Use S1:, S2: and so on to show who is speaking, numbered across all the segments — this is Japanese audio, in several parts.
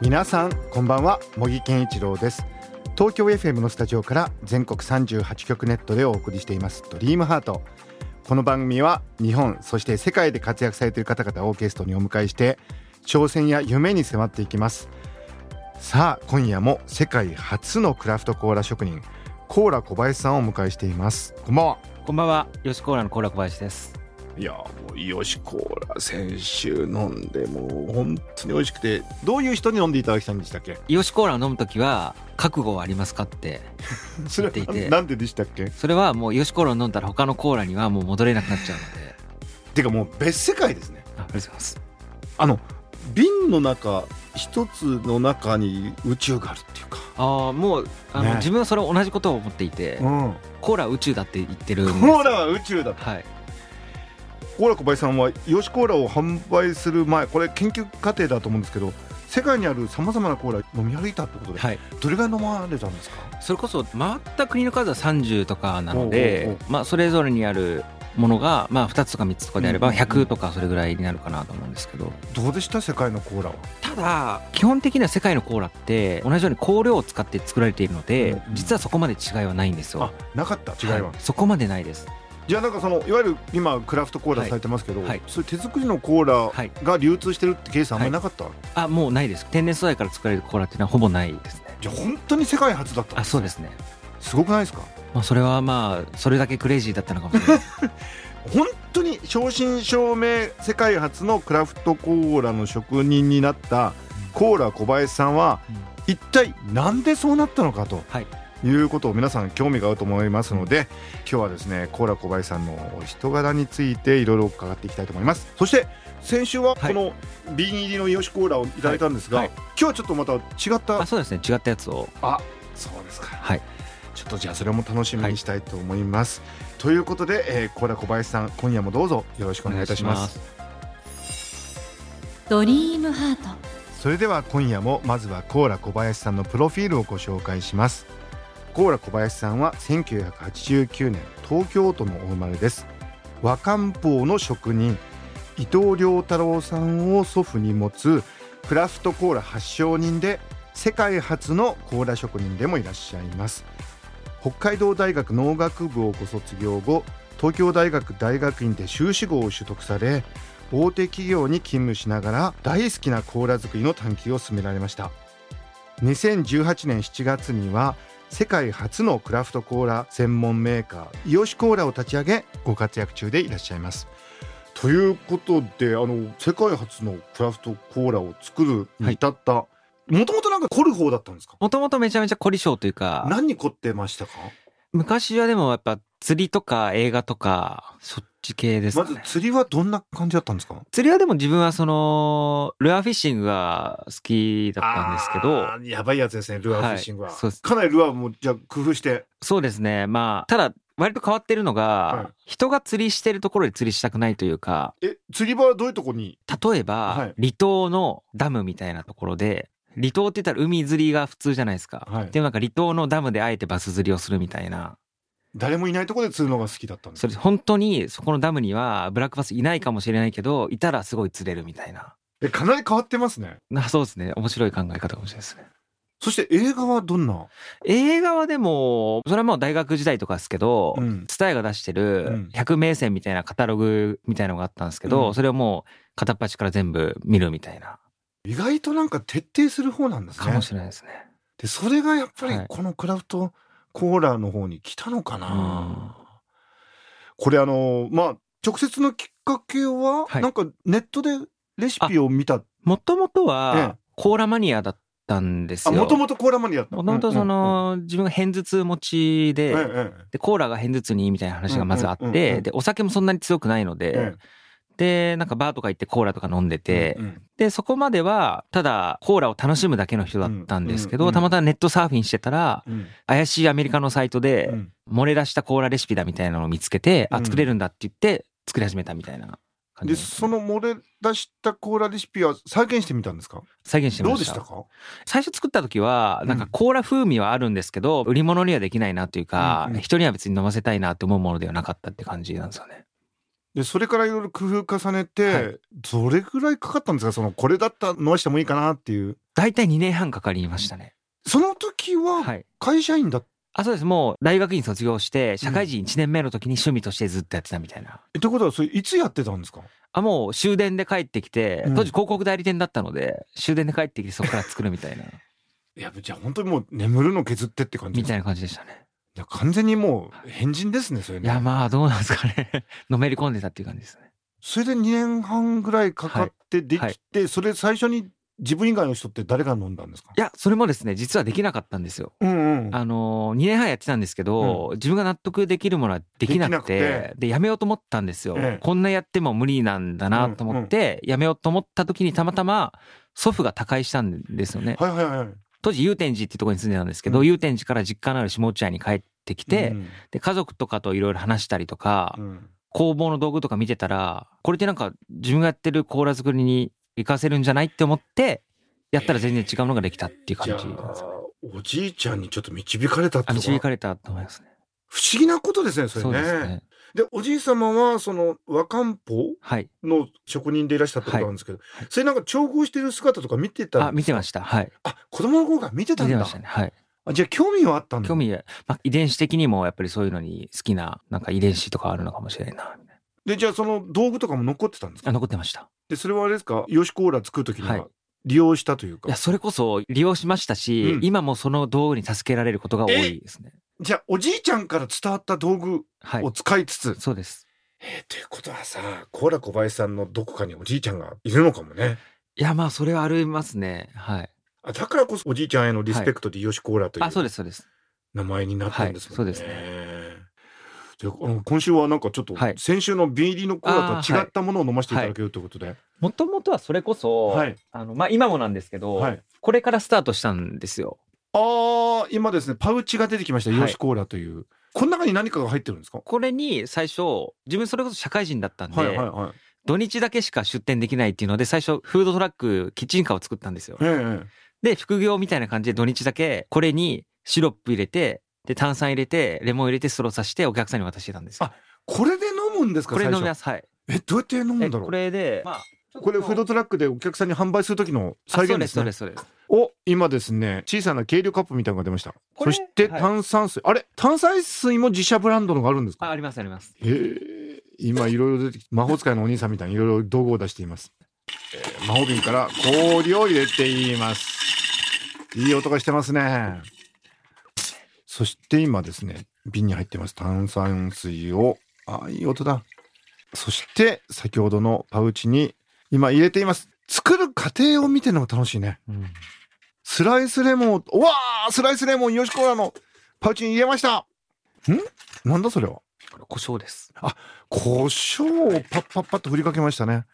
S1: 皆さんこんばんは茂木健一郎です東京 FM のスタジオから全国38局ネットでお送りしていますドリームハートこの番組は日本そして世界で活躍されている方々をゲストにお迎えして挑戦や夢に迫っていきますさあ今夜も世界初のクラフトコーラ職人コーラ小林さんをお迎えしていますこんばんは
S2: こんばんは、よしコーラのコーラ小林です。
S3: いやもうよしコーラ先週飲んでもう本当に美味しくて
S1: どういう人に飲んでいただきたいんでしたっけ
S2: よしコーラを飲むときは、覚悟はありますかって。
S1: それ
S2: 言ってい
S1: は
S2: て
S1: なんででしたっけ
S2: それはもうよしコーラを飲んだら他のコーラにはもう戻れなくなっちゃうの で。
S1: てかもう別世界ですね
S2: あありがとうございます。
S3: あの瓶の中一つの中に宇宙があるっていうか
S2: ああ、もう、あの、
S1: ね
S2: 自分はそれ同じことを思っていて、
S1: ん
S2: コーラは宇宙だって言ってるん
S1: コ
S2: です。
S1: ーラは宇宙だ
S2: はい。
S1: コーラ小林さんはヨシコーラを販売する前これ研究過程だと思うんですけど世界にあるさまざまなコーラ飲み歩いたってことで、
S2: はい。
S1: どれぐらい飲まれたんですか
S2: それこそ、回った国の数は30とかなので、
S1: おうおう
S2: まあ、それぞれにあるものが、まあ、2つとか3つとかであれ
S1: う
S2: ば、
S1: んうんうん
S2: 100とかそれぐらいになるかなと思うんですけど。
S1: どうでした世界のコーラは
S2: ただ基本的には世界のコーラって同じように香料を使って作られているので、
S1: うんうん
S2: 実はそこまで違いはないんですよ
S1: あなかった違いは、
S2: いそこまでないです
S1: じゃあなんかそのいわゆる今クラフトコーラされてますけど、
S2: はいはい
S1: そういう手作りのコー
S2: はい
S1: ラが流通してるってケースあんまりなかった、
S2: あもうないです天然素材から作られるコーラっていうのはほぼないですね
S1: じゃあ本当に世界初だった
S2: あそうですね
S1: すごくないですか
S2: まあそれはまあそれだけクレイジーだったのかもしれないです
S1: 本当に正真正銘世界初のクラフトコーラの職人になったコーラ小林さんは
S2: うん
S1: 一体なんでそうなったのかと
S2: はい
S1: いうことを皆さん興味があると思いますので今日はですねコーラ小林さんのお人柄についていろいろ伺っていきたいと思いますそして先週は
S2: は
S1: こ
S2: い
S1: の瓶入りのよしコーラをいただいたんですが、
S2: はいは
S1: 今日はちょっとまた違った
S2: あそうですね違ったやつを
S1: そうですか
S2: はい
S1: ちょっとじゃあそれも楽しみにしたいと思います、ということで、えー、コーラ小林さん今夜もどうぞよろしくお願いいたします
S4: ドリームハート
S1: それでは今夜もまずはコーラ小林さんのプロフィールをご紹介しますコーラ小林さんは1989年東京都のお生まれです和漢方の職人伊藤良太郎さんを祖父に持つクラフトコーラ発祥人で世界初のコーラ職人でもいらっしゃいます北海道大学農学部をご卒業後東京大学大学院で修士号を取得され大手企業に勤務しながら大好きなコーラ作りの探求を進められました2018年7月には世界初のクラフトコーラ専門メーカーイヨシコーラを立ち上げご活躍中でいらっしゃいますということであの世界初のクラフトコーラを作るに至ったもともとなんか凝る方だったんですか
S2: もともとめちゃめちゃ凝り性というか
S1: 何に凝ってましたか
S2: 昔はでもやっぱ釣りとか映画とかそっち系ですか
S1: ま
S2: ね
S1: ず釣りはどんな感じだったんですか
S2: 釣りはでも自分はそのルアーフィッシングが好きだったんですけど
S1: あーやばいやつですねルアーフィッシングは、
S2: はいそうです
S1: かなりルアーもじゃあ工夫して
S2: そうですね。まあ、ただ、割と変わってるのが、
S1: は
S2: 人が釣りしてるところで釣りしたくないというか、
S1: え釣り場はどういうとこに
S2: 例えば、
S1: はい
S2: 離島のダムみたいなところで、離島って言ったら海釣りが普通じゃないですか。
S1: はい
S2: でもなんか離島のダムであえてバス釣りをするみたいな。
S1: 誰もいないところで釣るのが好きだったんです
S2: それ本当にそこのダムにはブラックバスいないかもしれないけど、いたらすごい釣れるみたいな。
S1: えかなり変わってますね
S2: なそうですね。面白い考え方かもしれないですね。
S1: そして映画はどんな、
S2: 映画はでも、それはもう大学時代とかですけど、
S1: ん、
S2: ツタヤが出して
S1: う
S2: る
S1: ん
S2: 100名線みたいなカタログみたいのがあったんですけど、
S1: うん
S2: それをもう片っ端から全部見るみたいな
S1: 意外となんか徹底する方なんです
S2: か
S1: ね
S2: もしれないですね。
S1: でそれがやっぱ
S2: は
S1: り
S2: い
S1: このクラフトコーラの方に来たのかな、
S2: うん
S1: これあのまあ直接のきっかけは、
S2: はい
S1: なんかネットでレシピを見た
S2: もともと
S1: え
S2: はコーラマニアだったんです
S1: あ
S2: よ。
S1: もともとコーラマニアだった
S2: もともとそ、の自分が片頭痛持ち
S1: うん
S2: で,、
S1: うんうんええええ
S2: でコーラが片頭痛にいいみたいな話がまずあって、
S1: うんうんうんうん
S2: でお酒もそんなに強くないので、
S1: ええ
S2: で、なんかバーとか行ってコーラとか飲んでて、
S3: うん
S2: で、そこまでは、ただコーラを楽しむだけの人だったんですけど、
S3: うんうん
S2: たまたまネットサーフィンしてたら、
S3: うん
S2: 怪しいアメリカのサイトで
S3: う、ん
S2: 漏れ出したコーラレシピだみたいなのを見つけて、
S3: う
S2: あ、
S3: ん
S2: 作れるんだって言って、作り始めたみたいな
S1: で
S2: 感じなんですね
S1: その漏れ出したコーラレシピは再現してみたんですか
S2: 再現してみ
S1: ど
S2: ま
S1: うで
S2: し
S1: した
S2: た。
S1: か
S2: 最初作った時は、なん
S1: う
S2: か
S1: ん
S2: コーラ風味はあるんですけど、売り物にはできないなというか、
S3: うんうん
S2: 人には別に飲ませたいなって思うものではなかったって感じなんですよね。
S1: でそれからいろいろ工夫重ねて、
S2: はい
S1: どれぐらいかかったんですかそのこれだったら飲ましてもいいかなっていう
S2: 大体2年半かかりましたね。
S1: その時は
S2: はい。
S1: 会社員だっ
S2: あ、そうです。もう大学院卒業して、社会人1年目の時に趣味としてずっとやってたみたいな。
S1: えってことはそれいつやってたんですか
S2: あ、もう終電で帰ってきて
S1: うん、
S2: 当時広告代理店だったので、終電で帰ってきてそこから作るみたいな、
S1: いやじゃあ本当にもう眠るの削ってって感じ
S2: みたい
S1: い
S2: な感じでしたね。
S1: や完全にもう変人ですねそれ
S2: い
S1: ね
S2: や、まあどうなんですかね。のめり込んでたっていう感じですね。
S1: それで2年半ぐらいかかってできて、
S2: はい
S1: それ最初に自分以外の人って誰が飲んだんですか
S2: いや、それもですね、実はできなかったんですよ。
S1: うんうん
S2: あのー、2年半やってたんですけど、自分が納得できるものはできなくて
S1: できなく
S2: でやめようと思ったんですよ、
S1: ええ
S2: こんなやっても無理なんだなと思って、やめようと思った時にたまたま祖父が他界したんですよね、
S1: はいはいはい
S2: 当時祐天寺ってとこに住んでたんですけ
S1: う
S2: ど
S1: ん
S2: 祐天寺から実家のある下落合に帰ってきて、
S1: うん
S2: で家族とかといろいろ話したりとか、
S1: うん
S2: 工房の道具とか見てたらこれってなんか自分がやってるコーラ作りに活かせるんじゃないって思ってやったら全然違うのができたっていう
S1: じゃ
S2: 感じなんですよね
S1: あおじいちゃんにちょっと導かれたって
S2: あ
S1: と
S2: 導
S1: こ
S2: か
S1: は
S2: れたと思いますね
S1: 不思議なことですねそれ
S2: そうです
S1: ね
S2: ね
S1: でおじい様はその和漢方
S2: はい
S1: の職人でいらっしゃったってことなんですけど、それなんか調合してる姿とか見てた
S2: あ見てましたはい
S1: あ子供の頃から見てた
S2: 見
S1: ん
S2: て
S1: だ、
S2: ましたねはい
S1: あじゃあ興味はあったんだ
S2: 興味、まあ、遺伝子的にもやっぱりそういうのに好きななんか遺伝子とかあるのかもしれないなみたいな
S1: でじゃあその道具とかも残ってたんですか
S2: あ残ってました
S1: でそれはあれですかヨシコーラ作る時に
S2: は
S1: はい利用したというか、
S2: いやそれこそ利用しましたし、
S1: うん
S2: 今もその道具に助けられることが多いですね
S1: じゃあおじいちゃんから伝わった道具
S2: はい
S1: を使いつつ、
S2: そうです
S1: えーということはさコーラ小林さんのどこかにおじいちゃんがいるのかもね
S2: いやまあそれはありますねはい
S1: あだからこそおじいちゃんへのリスペクトでヨシコーラとい
S2: あそう
S1: う
S2: ですそうです
S1: 名前になったんですもんね。
S2: はいそうです
S1: であの今週はなんかちょっと
S2: はい
S1: 先週の瓶入りのコーラ
S2: あ
S1: と
S2: ー
S1: は
S2: は
S1: 違
S2: い
S1: ったものを飲ませていただけるということで、
S2: もともとはそれこそ、
S1: はい
S2: あのまあ今もなんですけど、
S1: はい
S2: これからスタートしたんですよ
S1: ああ今ですねパウチが出てきました
S2: はい
S1: ヨシコーラという、この中に何かが入ってるんですか
S2: これに最初自分それこそ社会人だったんで、
S1: はいはいはい。
S2: 土日だけしか出店できないっていうので最初フードトラックキッチンカーを作ったんですよ
S1: ええ
S2: で、副業みたいな感じで土日だけ、これにシロップ入れて、で、炭酸入れて、レモン入れて、スローさして、お客さんに渡してたんですよ。
S1: あこれで飲むんですか
S2: これ飲み
S1: 最
S2: ま
S1: 初
S2: す。はい。
S1: えどうやって飲むんだ
S2: え
S1: ろう
S2: これで、まあ、
S1: これフードトラックでお客さんに販売する時の再現です
S2: そうで
S1: ね
S2: す、そうです、そうです。
S1: お今ですね小さな軽量カップみたいなのが出ました
S2: こ
S1: そ
S2: れ
S1: して
S2: はい
S1: 炭酸水、あれ炭酸水も自社ブランドのがあるんです
S2: あ、
S1: か
S2: あります、あります。
S1: へえ今いろいろ出てきて魔法使いのお兄さんみたいにいろいろ道具を出しています、えー魔法瓶から氷を入れていますいい音がしてますねそして今ですね瓶に入ってます炭酸水をあいい音だそして先ほどのパウチに今入れています作る過程を見てるのが楽しいね
S2: うん
S1: スライスレモンを、うわースライスレモン、ヨシコーラのパウチに入れましたんなんだそれは
S2: これ、胡椒です。
S1: 胡椒をパッパッパッと振りかけましたね。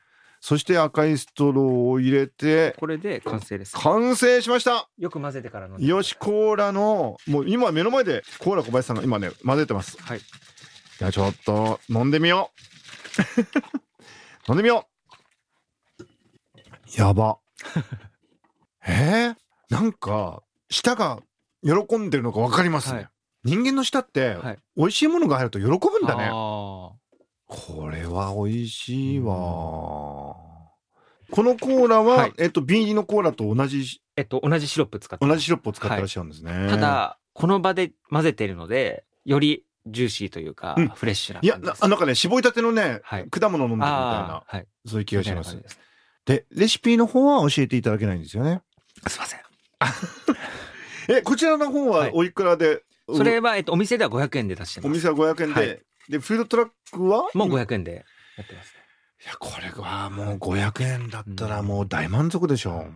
S1: そして赤いストローを入れて、
S2: これで完成です。
S1: 完成しました
S2: よく混ぜてから飲んで。
S1: ヨシ。コーラの、もう今目の前でコーラ小林さんが今ね、混ぜてます。
S2: はい。
S1: じゃあちょっと飲んでみよう 飲んでみようやば えー、なんか舌が喜んでるのが分かりますね、
S2: はい
S1: 人間の舌って
S2: はい。
S1: 美味しいものが入ると喜ぶんだね、
S2: あ
S1: これは美味しいわ、
S2: うん
S1: このコーラは、
S2: はい
S1: えっと瓶入りのコーラと同じ
S2: ーえっと、同じシロップ使って。
S1: 同じシロップを使ってらっしゃるんですね、
S2: ただ、この場で混ぜてるので、よりジューシーというか
S1: うん、
S2: フレッシュない
S1: や
S2: 感じ
S1: な
S2: です。
S1: なんかね絞りたてのね、
S2: はい
S1: 果物飲んでるみたい
S2: あ
S1: な
S2: あ、はい。
S1: そういう気がします
S2: みたいな感じです
S1: でレシピの方は教えていただけないんですよね
S2: すいません。
S1: えこちらの方
S2: は
S1: はいおいくらで、
S2: それは、えっと、お店では500円で出して
S1: お
S2: ます。
S1: 店は500円で、
S2: はい
S1: でフードトラックは
S2: もう500円でやってます。
S1: いやこれはもう500円だったら
S2: うん
S1: もう大満足でしょう、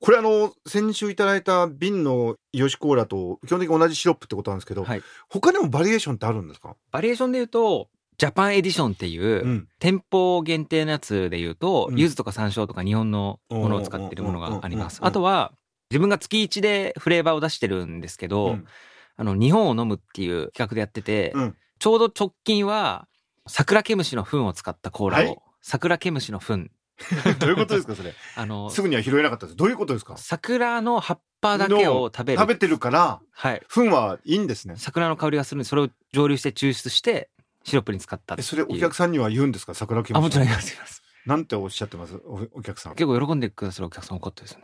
S1: これあの先週いただいた瓶のヨシコーラと基本的に同じシロップってことなんですけど、
S2: はい。
S1: 他にもバリエーションってあるんですか
S2: バリエーションで言うと、ジャパンエディションっていううん店舗限定のやつで言うと、
S1: うん
S2: 柚子とか山椒とか日本のものを使ってるものがあります。あとは自分が月1でフレーバーを出してるんですけど、
S1: うん
S2: あの日本を飲むっていう企画でやってて、
S1: うん
S2: ちょうど直近は桜ケムシの糞を使ったコーラを、
S1: はい
S2: 桜ケムシの糞
S1: どういうことですかそれ
S2: あ の
S1: すぐには拾えなかったですどういうことですか
S2: 桜の葉っぱだけを食べる
S1: 食べてるから
S2: はい、
S1: 糞はいいんですね
S2: 桜の香りがするんでそれを蒸留して抽出してシロップに使ったって
S1: え
S2: いう
S1: それお客さんには言うんですか桜木
S2: あもちろ
S1: ん
S2: ん言います言います
S1: なんておっしゃってますおお客さん
S2: 結構喜んでくださるお客さん多かったですね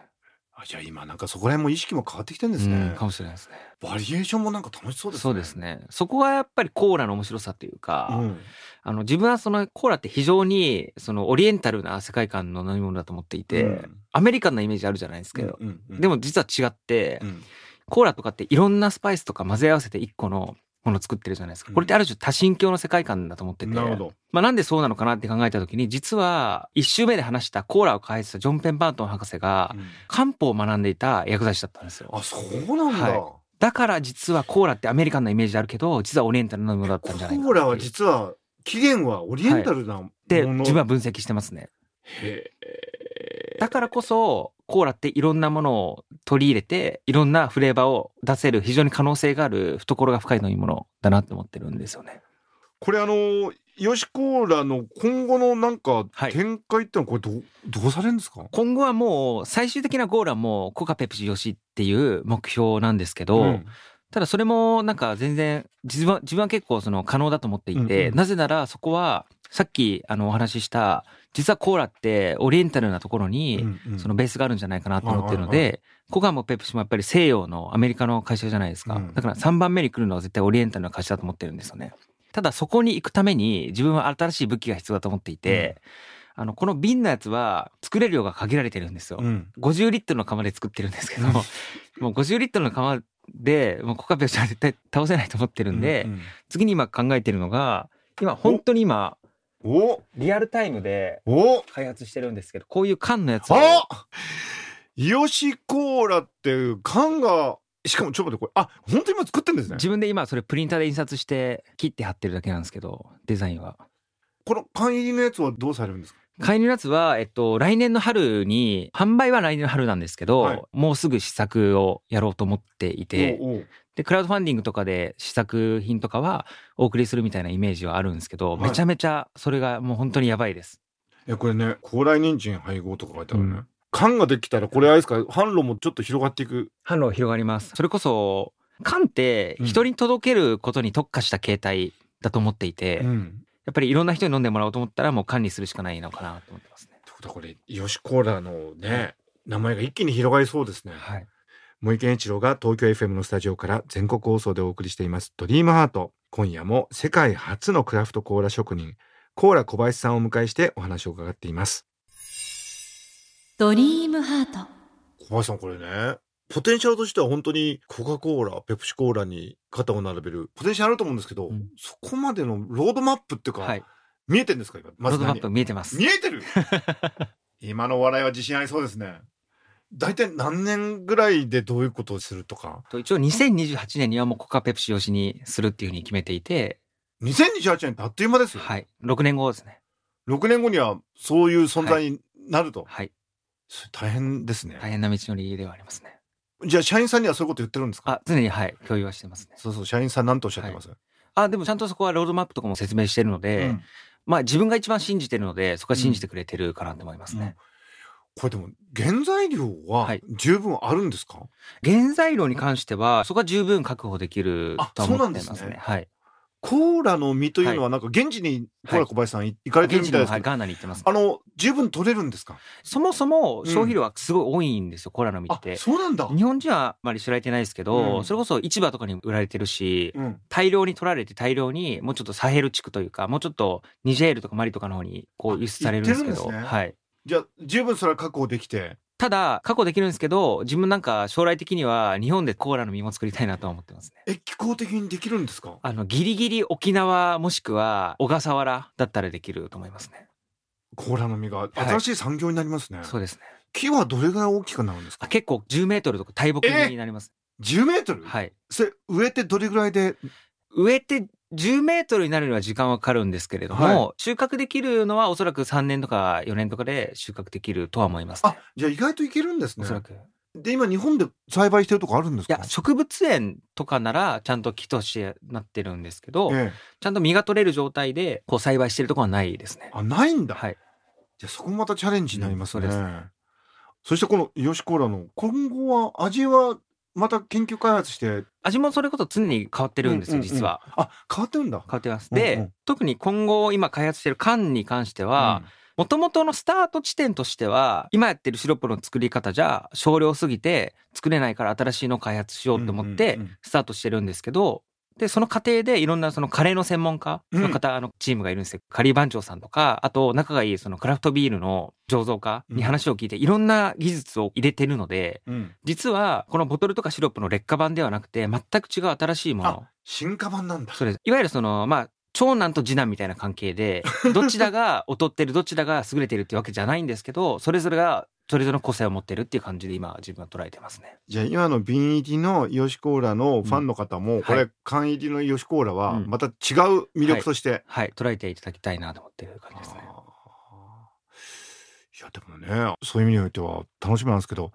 S1: あじゃあ今なんかそこら辺も意識も変わってきてるんです
S2: う
S1: ね
S2: ん、かもしれないですね
S1: バリエーションもなんか楽しそうですね
S2: そうですねそこがやっぱりコーラの面白さというか、
S1: うん
S2: あの自分はそのコーラって非常にそのオリエンタルな世界観の飲み物だと思っていて、
S1: うん
S2: アメリカンなイメージあるじゃないですけど、
S1: うんうん
S2: でも実は違って、
S1: うん
S2: コーラとかっていろんなスパイスとか混ぜ合わせて一個のものを作ってるじゃないですか、これってある種多神教の世界観だと思ってて
S1: なるほど
S2: まあ、なんでそうなのかなって考えた時に実は1周目で話したコーラを開発したジョン・ペンバートン博士が
S1: うん
S2: 漢方を学んでいた薬剤師だったんですよ
S1: あそうなんだ
S2: はい
S1: コ
S2: だから実はコーラってアメリカンなイメージあるけど実はオリエンタルなものだったんじゃないか
S1: ーラは
S2: っ
S1: 実は起源はオリエンタルなも
S2: て
S1: の
S2: 自分は分析してますね
S1: へ
S2: だからこそコーラっていろんなものを取り入れていろんなフレーバーを出せる非常に可能性がある懐が深い飲み物だなって思ってるんですよね
S1: これあのヨシコーラの今後のなんか
S2: はい
S1: 展開ってのはこれどうどうされるんですか
S2: 今後はもう最終的なゴーラもコカペプシヨシっていう目標なんですけど、
S1: うん
S2: ただそれもなんか全然自分は自分は結構その可能だと思っていて、
S1: うんうん
S2: なぜならそこはさっきあのお話しした実はコーラってオリエンタルなところ
S1: う
S2: に
S1: んうん
S2: そのベースがあるんじゃないかなと思ってるの
S1: はい
S2: でコカもペプシもやっぱり西洋のアメリカの会社じゃないですか、
S1: うん
S2: だから3番目に来るのは絶対オリエンタルな会社だと思ってるんですよねただそこに行くために自分は新しい武器が必要だと思っていて、あのこの瓶のやつは作れる量が限られてるんですよ、
S1: うん
S2: 50リットルの釜で作ってるんですけど、もう50リットルの釜で、もうコカペオじゃ絶対倒せないと思ってるんで、
S1: うん
S2: 次に今考えてるのが、今本当に今、
S1: お
S2: リアルタイムで
S1: お
S2: 開発してるんですけど、こういう缶のやつを、
S1: あヨシコーラっていう缶がしかもちょっと待ってこれあ本当に今作ってるんですね
S2: 自分で今それプリンターで印刷して切って貼ってるだけなんですけど、デザインは。
S1: この缶入りのやつはどうされるんですか
S2: カイニのやつは、えっと、来年の春に、販売は来年の春なんですけど、
S1: はい
S2: もうすぐ試作をやろうと思っていて、
S1: おうおう
S2: でクラウドファンディングとかで試作品とかはお送りするみたいなイメージはあるんですけど、
S1: はい
S2: めちゃめちゃそれがもう本当にやばいです
S1: えこれね高麗人参配合とか書いてあるね、
S2: うん
S1: 缶ができたらこれあれですか販路もちょっと広がっていく
S2: 販路広がりますそれこそ缶って人に届けることに特化した形態だと思っていて、や
S1: ん
S2: っぱりいろんな人に飲んでもらおうと思ったらもう缶にするしかないのかなと思ってますね
S1: ってことはこれヨシコーラのね名前が一気に広がりそうですね
S2: はい
S1: 森健一郎が東京 FM のスタジオから全国放送でお送りしています「ドリームハート今夜も世界初のクラフトコーラ職人コーラ小林さんをお迎えしてお話を伺っています
S4: ドリームハート
S1: 小林さんこれねポテンシャルとしては本当にコカ・コーラペプシコーラに肩を並べるポテンシャルあると思うんですけど、
S2: うん
S1: そこまでのロードマップっていうか、
S2: はい
S1: 見えてるんですか今
S2: ロ
S1: ま
S2: ー
S1: ず
S2: ドマ
S1: 何
S2: ップ見えてます
S1: 見えて る今のお笑いは自信ありそうですね大体何年ぐらいでどういうことをするとか
S2: と一応2028年にはもうコカペプシ用紙にするっていうふうに決めていて、
S1: 2028年ってあっという間ですよ、
S2: はい、6年後ですね
S1: 6年後にはそういう存在になると、
S2: はい
S1: それ大変ですね、
S2: 大変な道のりではありますね
S1: じゃあ社員さんにはそういうこと言ってるんですか
S2: あ常にはい共有はしてますね
S1: そうそう社員さん何とおっしゃってます、
S2: あでもちゃんとそこはロードマップとかも説明してるので、
S1: うん
S2: まあ自分が一番信じてるのでそこは信じてくれてるかなと思いますね、
S1: これでも原材料
S2: は
S1: はい十分あるんですか、
S2: 原材料に関してはそこは十分確保できるとは
S1: あそう
S2: 思ってます
S1: なん
S2: ね
S1: ですね
S2: はい
S1: コーラの実というのはなんか現地にコーラ小林さんい行かれてる
S2: 現
S1: み
S2: 地
S1: たい
S2: の、
S1: です
S2: は
S1: け
S2: い、
S1: ど、
S2: ガーナに行ってます
S1: あの十分取れるんですか
S2: そもそも
S1: ん
S2: 消費量はすごい多いんですよ、コーラの実っ
S1: あ
S2: て
S1: そうなんだ、
S2: 日本人はあまり知られてないですけど、
S1: うん
S2: それこそ市場とかに売られてるし
S1: うん、
S2: 大量に取られて大量にもうちょっとサヘル地区というかもうちょっとニジェールとかマリとかの方にこう輸出されるんですけ
S1: 行って
S2: ど
S1: るんですね
S2: はい
S1: じゃあ十分それは確保できて
S2: ただ確保できるんですけど自分なんか将来的には日本でコーラの実も作りたいなとは思ってますね
S1: え気候的にできるんですか
S2: あのギリギリ沖縄もしくは小笠原だったらできると思いますね
S1: コーラの実が
S2: い
S1: 新しい産業になりますね、
S2: そうですね
S1: 木はどれぐらい大きくなるんです
S2: あ
S1: か
S2: 結構10メートルとか大木になります
S1: 10メートル、
S2: はい
S1: それ植えてどれぐらいで
S2: 植えて10メートルになるには時間はかかるんですけれども、
S1: は
S2: 収穫できるのはおそらく3年とか4年とかで収穫できるとは思います、ね。
S1: あ、じゃあ意外といけるんです
S2: お
S1: ね
S2: そ。らく。い
S1: で、今日本で栽培してるとこあるんですか
S2: や、植物園とかならちゃんと木としてなってるんですけど、
S1: ええ
S2: ちゃんと実が取れる状態でこう栽培してるとこはないですね。
S1: あ、ないんだ。
S2: はい。
S1: じゃあそこもまたチャレンジになりますね。
S2: うん
S1: そ
S2: そうで
S1: してこのヨシコーラの今後は味はまた研究開発して
S2: 味もそれこそ常に変わってるんです
S1: うん
S2: よ、
S1: うんうん
S2: 実は。
S1: あ変わってるんだ。
S2: 変わってます。
S1: うんう
S2: で
S1: ん、
S2: 特に今後今開発してる缶に関しては、元々のスタート地点としては、今やってるシロップの作り方じゃ少量すぎて作れないから新しいのを開発しようと思っ
S1: う
S2: て
S1: んうんうん
S2: スタートしてるんですけど、で、その過程でいろんなそのカレーの専門家の方、あのチームがいるんですよ。カリー番長さんとか、あと仲がいいそのクラフトビールの醸造家に話を聞いていろんな技術を入れてるので、
S1: うん、うん
S2: 実はこのボトルとかシロップの劣化版ではなくて全く違う新しいもの。
S1: 進化版なんだ。
S2: そうです。いわゆるその、まあ、長男と次男みたいな関係で、どちらが劣ってる、どちらが優れてるってわけじゃないんですけど、それぞれが、それぞれの個性を持ってるっていう感じで今、自分は捉えてますね。
S1: じゃあ今の瓶入りのヨシコーラのファンの方も、
S2: ん
S1: こ
S2: は
S1: れ缶入りのヨシコーラは
S2: うん
S1: また違う魅力として、
S2: はい、捉えていただきたいなと思ってる感じですね。
S1: あーいやでもねそういう意味においては楽しみなんですけど、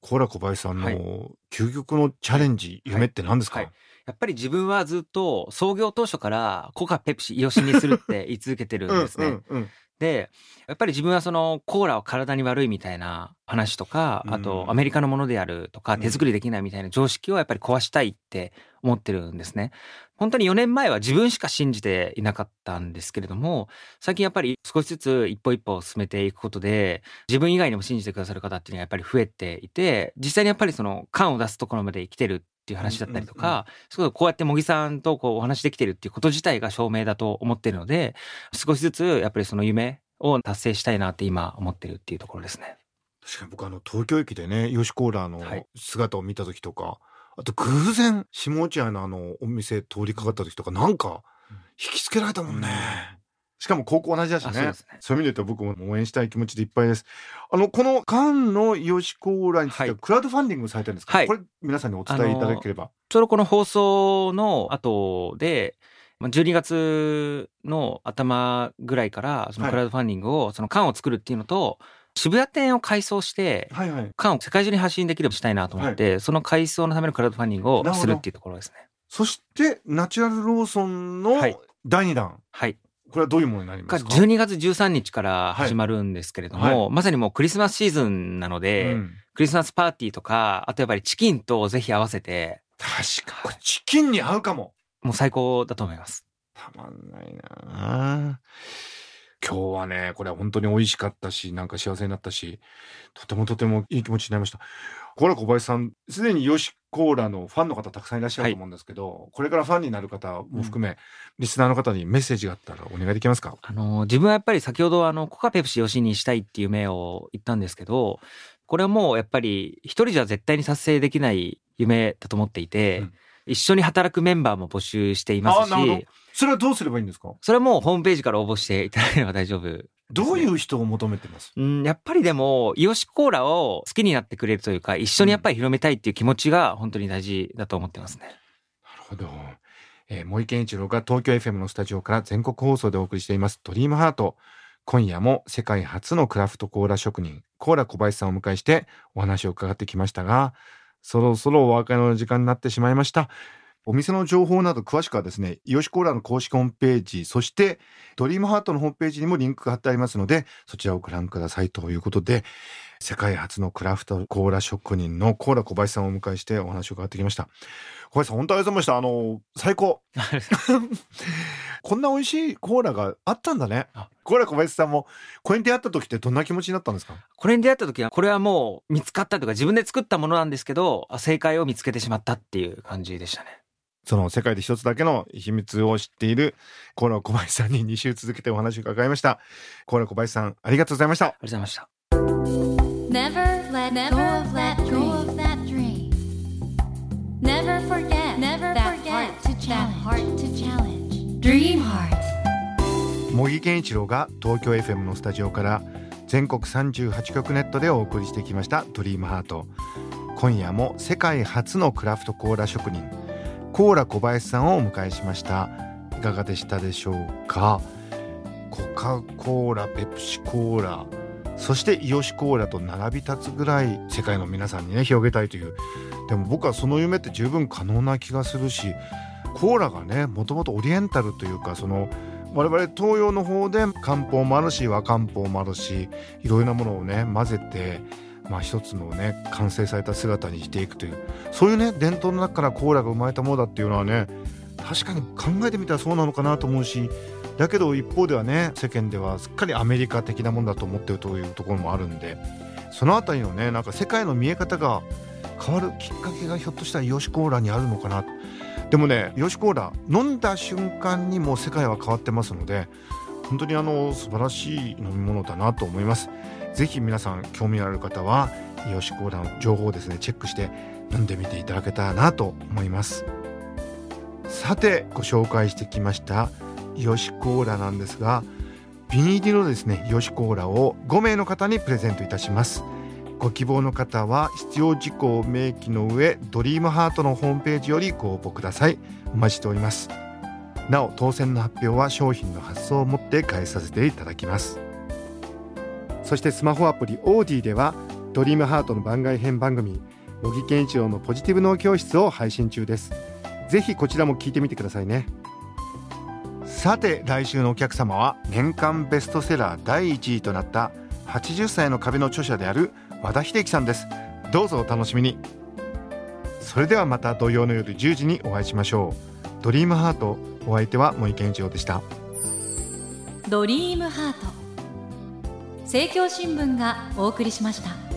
S1: コーラ小林さん
S2: はい
S1: の究極のチャレンジ、夢って何ですか、
S2: はいやっぱり自分はずっと創業当初からコカ、ペプシ、イオシにす るって言い続けてるんですね。
S1: うんうんうん
S2: で、やっぱり自分はそのコーラは体に悪いみたいな話とか、
S1: うん
S2: あとアメリカのものであるとか、
S1: うん
S2: 手作りできないみたいな常識をやっぱり壊したいって思ってるんですね。本当に4年前は自分しか信じていなかったんですけれども、最近やっぱり少しずつ一歩一歩進めていくことで、自分以外にも信じてくださる方っていうのはやっぱり増えていて、実際にやっぱりその缶を出すところまで来てるっていう話だったりと
S1: うんうんう
S2: か、すごいこうやって茂木さんとこうお話できてるっていうこと自体が証明だと思ってるので、少しずつやっぱりその夢を達成したいなって今思ってるっていうところですね。
S1: 確かに僕あの東京駅でねヨシコーラの
S2: はい
S1: 姿を見た時とか、あと偶然下落合のあのお店通りかかった時とかなんか引きつけられたもんね、しかも高校同じだし
S2: あ
S1: ね
S2: そうですね
S1: そういう意味で言うと僕も応援したい気持ちでいっぱいですあのこの缶のヨシコーラについて
S2: は
S1: はいクラウドファンディングされてるんですか、
S2: はい
S1: これ皆さんにお伝えいただければ、
S2: ちょうどこの放送の後で、まあ12月の頭ぐらいからそのクラウドファンディングをその缶を作るっていうのと、渋谷店を改装して、
S1: はいはい
S2: 缶を世界中に発信できればしたいなと思って、その改装のためのクラウドファンディングをするっていうところですね。
S1: そしてナチュラルローソンの
S2: はい
S1: 第2弾、
S2: はい。
S1: これはどういうものになりま
S2: が
S1: すか
S2: 12月13日から始まるんですけれども、
S1: はい
S2: まさにもうクリスマスシーズンなので、
S1: うん
S2: クリスマスパーティーとか、あとやっぱりチキンとぜひ合わせて、
S1: 確かこれチキンに合うかも
S2: もう最高だと思います。
S1: たまんないなあ今日はねこれは本当に美味しかったしなんか幸せになったしとてもとてもいい気持ちになりましたコーラ小林さんすでにヨシコーラのファンの方たくさんいらっしゃると思うんですけど、これからファンになる方も含め、リスナーの方にメッセージがあったらお願いできますか
S2: あの、自分はやっぱり先ほどあの、コカペプシ吉にしたいっていう夢を言ったんですけど、これはもうやっぱり一人じゃ絶対に達成できない夢だと思っていて、
S1: うん
S2: 一緒に働くメンバーも募集しています
S1: あなるほ
S2: し
S1: ど、それはどうすればいいんですか
S2: それはもうホームページから応募していただければ大丈夫。
S1: どういう人を求めてます
S2: うん、やっぱりでも、イオシコーラを好きになってくれるというか、一緒にやっぱり広めたいっていう気持ちが本当に大事だと思ってますね。
S1: なるほど。えー、森健一郎が東京 FM のスタジオから全国放送でお送りしています「ドリームハート今夜も世界初のクラフトコーラ職人コーラ小林さんをお迎えしてお話を伺ってきましたがそろそろお別れの時間になってしまいましたお店の情報など詳しくはですねイオシコーラの公式ホームページそしてドリームハートのホームページにもリンクが貼ってありますのでそちらをご覧くださいということで世界初のクラフトコーラ職人のコーラ小林さんをお迎えしてお話を伺ってきました小林さん本当にありがとうございましたあの最高こんな美味しいコーラがあったんだね
S2: あ
S1: コーラ小林さんもこれに出会った時ってどんな気持ちになったんですか
S2: これに出会った時は、これはもう見つかったというか、自分で作ったものなんですけど、あ正解を見つけてしまったっていう感じでしたね。
S1: その世界で一つだけの秘密を知っているコーラ小林さんに2週続けてお話を伺いましたコーラ小林さんありがとうございました
S2: ありがとうございました。
S4: Never let go of that dream. Never forget, never that forget heart to challenge. that heart to challenge. Dream heart.
S1: 茂木健一郎が東京 FM のスタジオから全国38局ネットでお送りしてきました「ドリームハート今夜も世界初のクラフトコーラ職人コーラ小林さんをお迎えしましたかがでしたでしょうかコカ・コーラペプシコーラそしてイヨシコーラと並び立つぐらい世界の皆さんにね広げたいというでも僕はその夢って十分可能な気がするしコーラがねもともとオリエンタルというかその我々東洋の方で漢方もあるし和漢方もあるしいろいろなものをね混ぜて、まあ、一つのね完成された姿にしていくというそういうね伝統の中からコーラが生まれたものだっていうのはね確かに考えてみたらそうなのかなと思うしだけど一方ではね世間ではすっかりアメリカ的なものだと思ってるというところもあるんでそのあたりのねなんか世界の見え方が変わるきっかけがひょっとしたらヨシコーラにあるのかなでもねヨシコーラ飲んだ瞬間にもう世界は変わってますので本当にあの素晴らしい飲み物だなと思いますぜひ皆さん興味のある方はヨシコーラの情報をですねチェックして飲んでみていただけたらなと思いますさてご紹介してきましたヨシコーラなんですがビニールのですねヨシコーラを5名の方にプレゼントいたしますご希望の方は必要事項を明記の上ドリームハートのホームページよりご応募くださいお待ちしておりますなお当選の発表は商品の発送をもって返させていただきますそしてスマホアプリオーディではドリームハートの番外編番組茂木健一郎のポジティブ脳教室を配信中ですぜひこちらも聞いてみてくださいねさて来週のお客様は年間ベストセラー第1位となった80歳の壁の著者である和田秀樹さんですどうぞお楽しみにそれではまた土曜の夜10時にお会いしましょうドリームハートお相手は森健一郎でした
S4: ドリームハート政教新聞がお送りしました。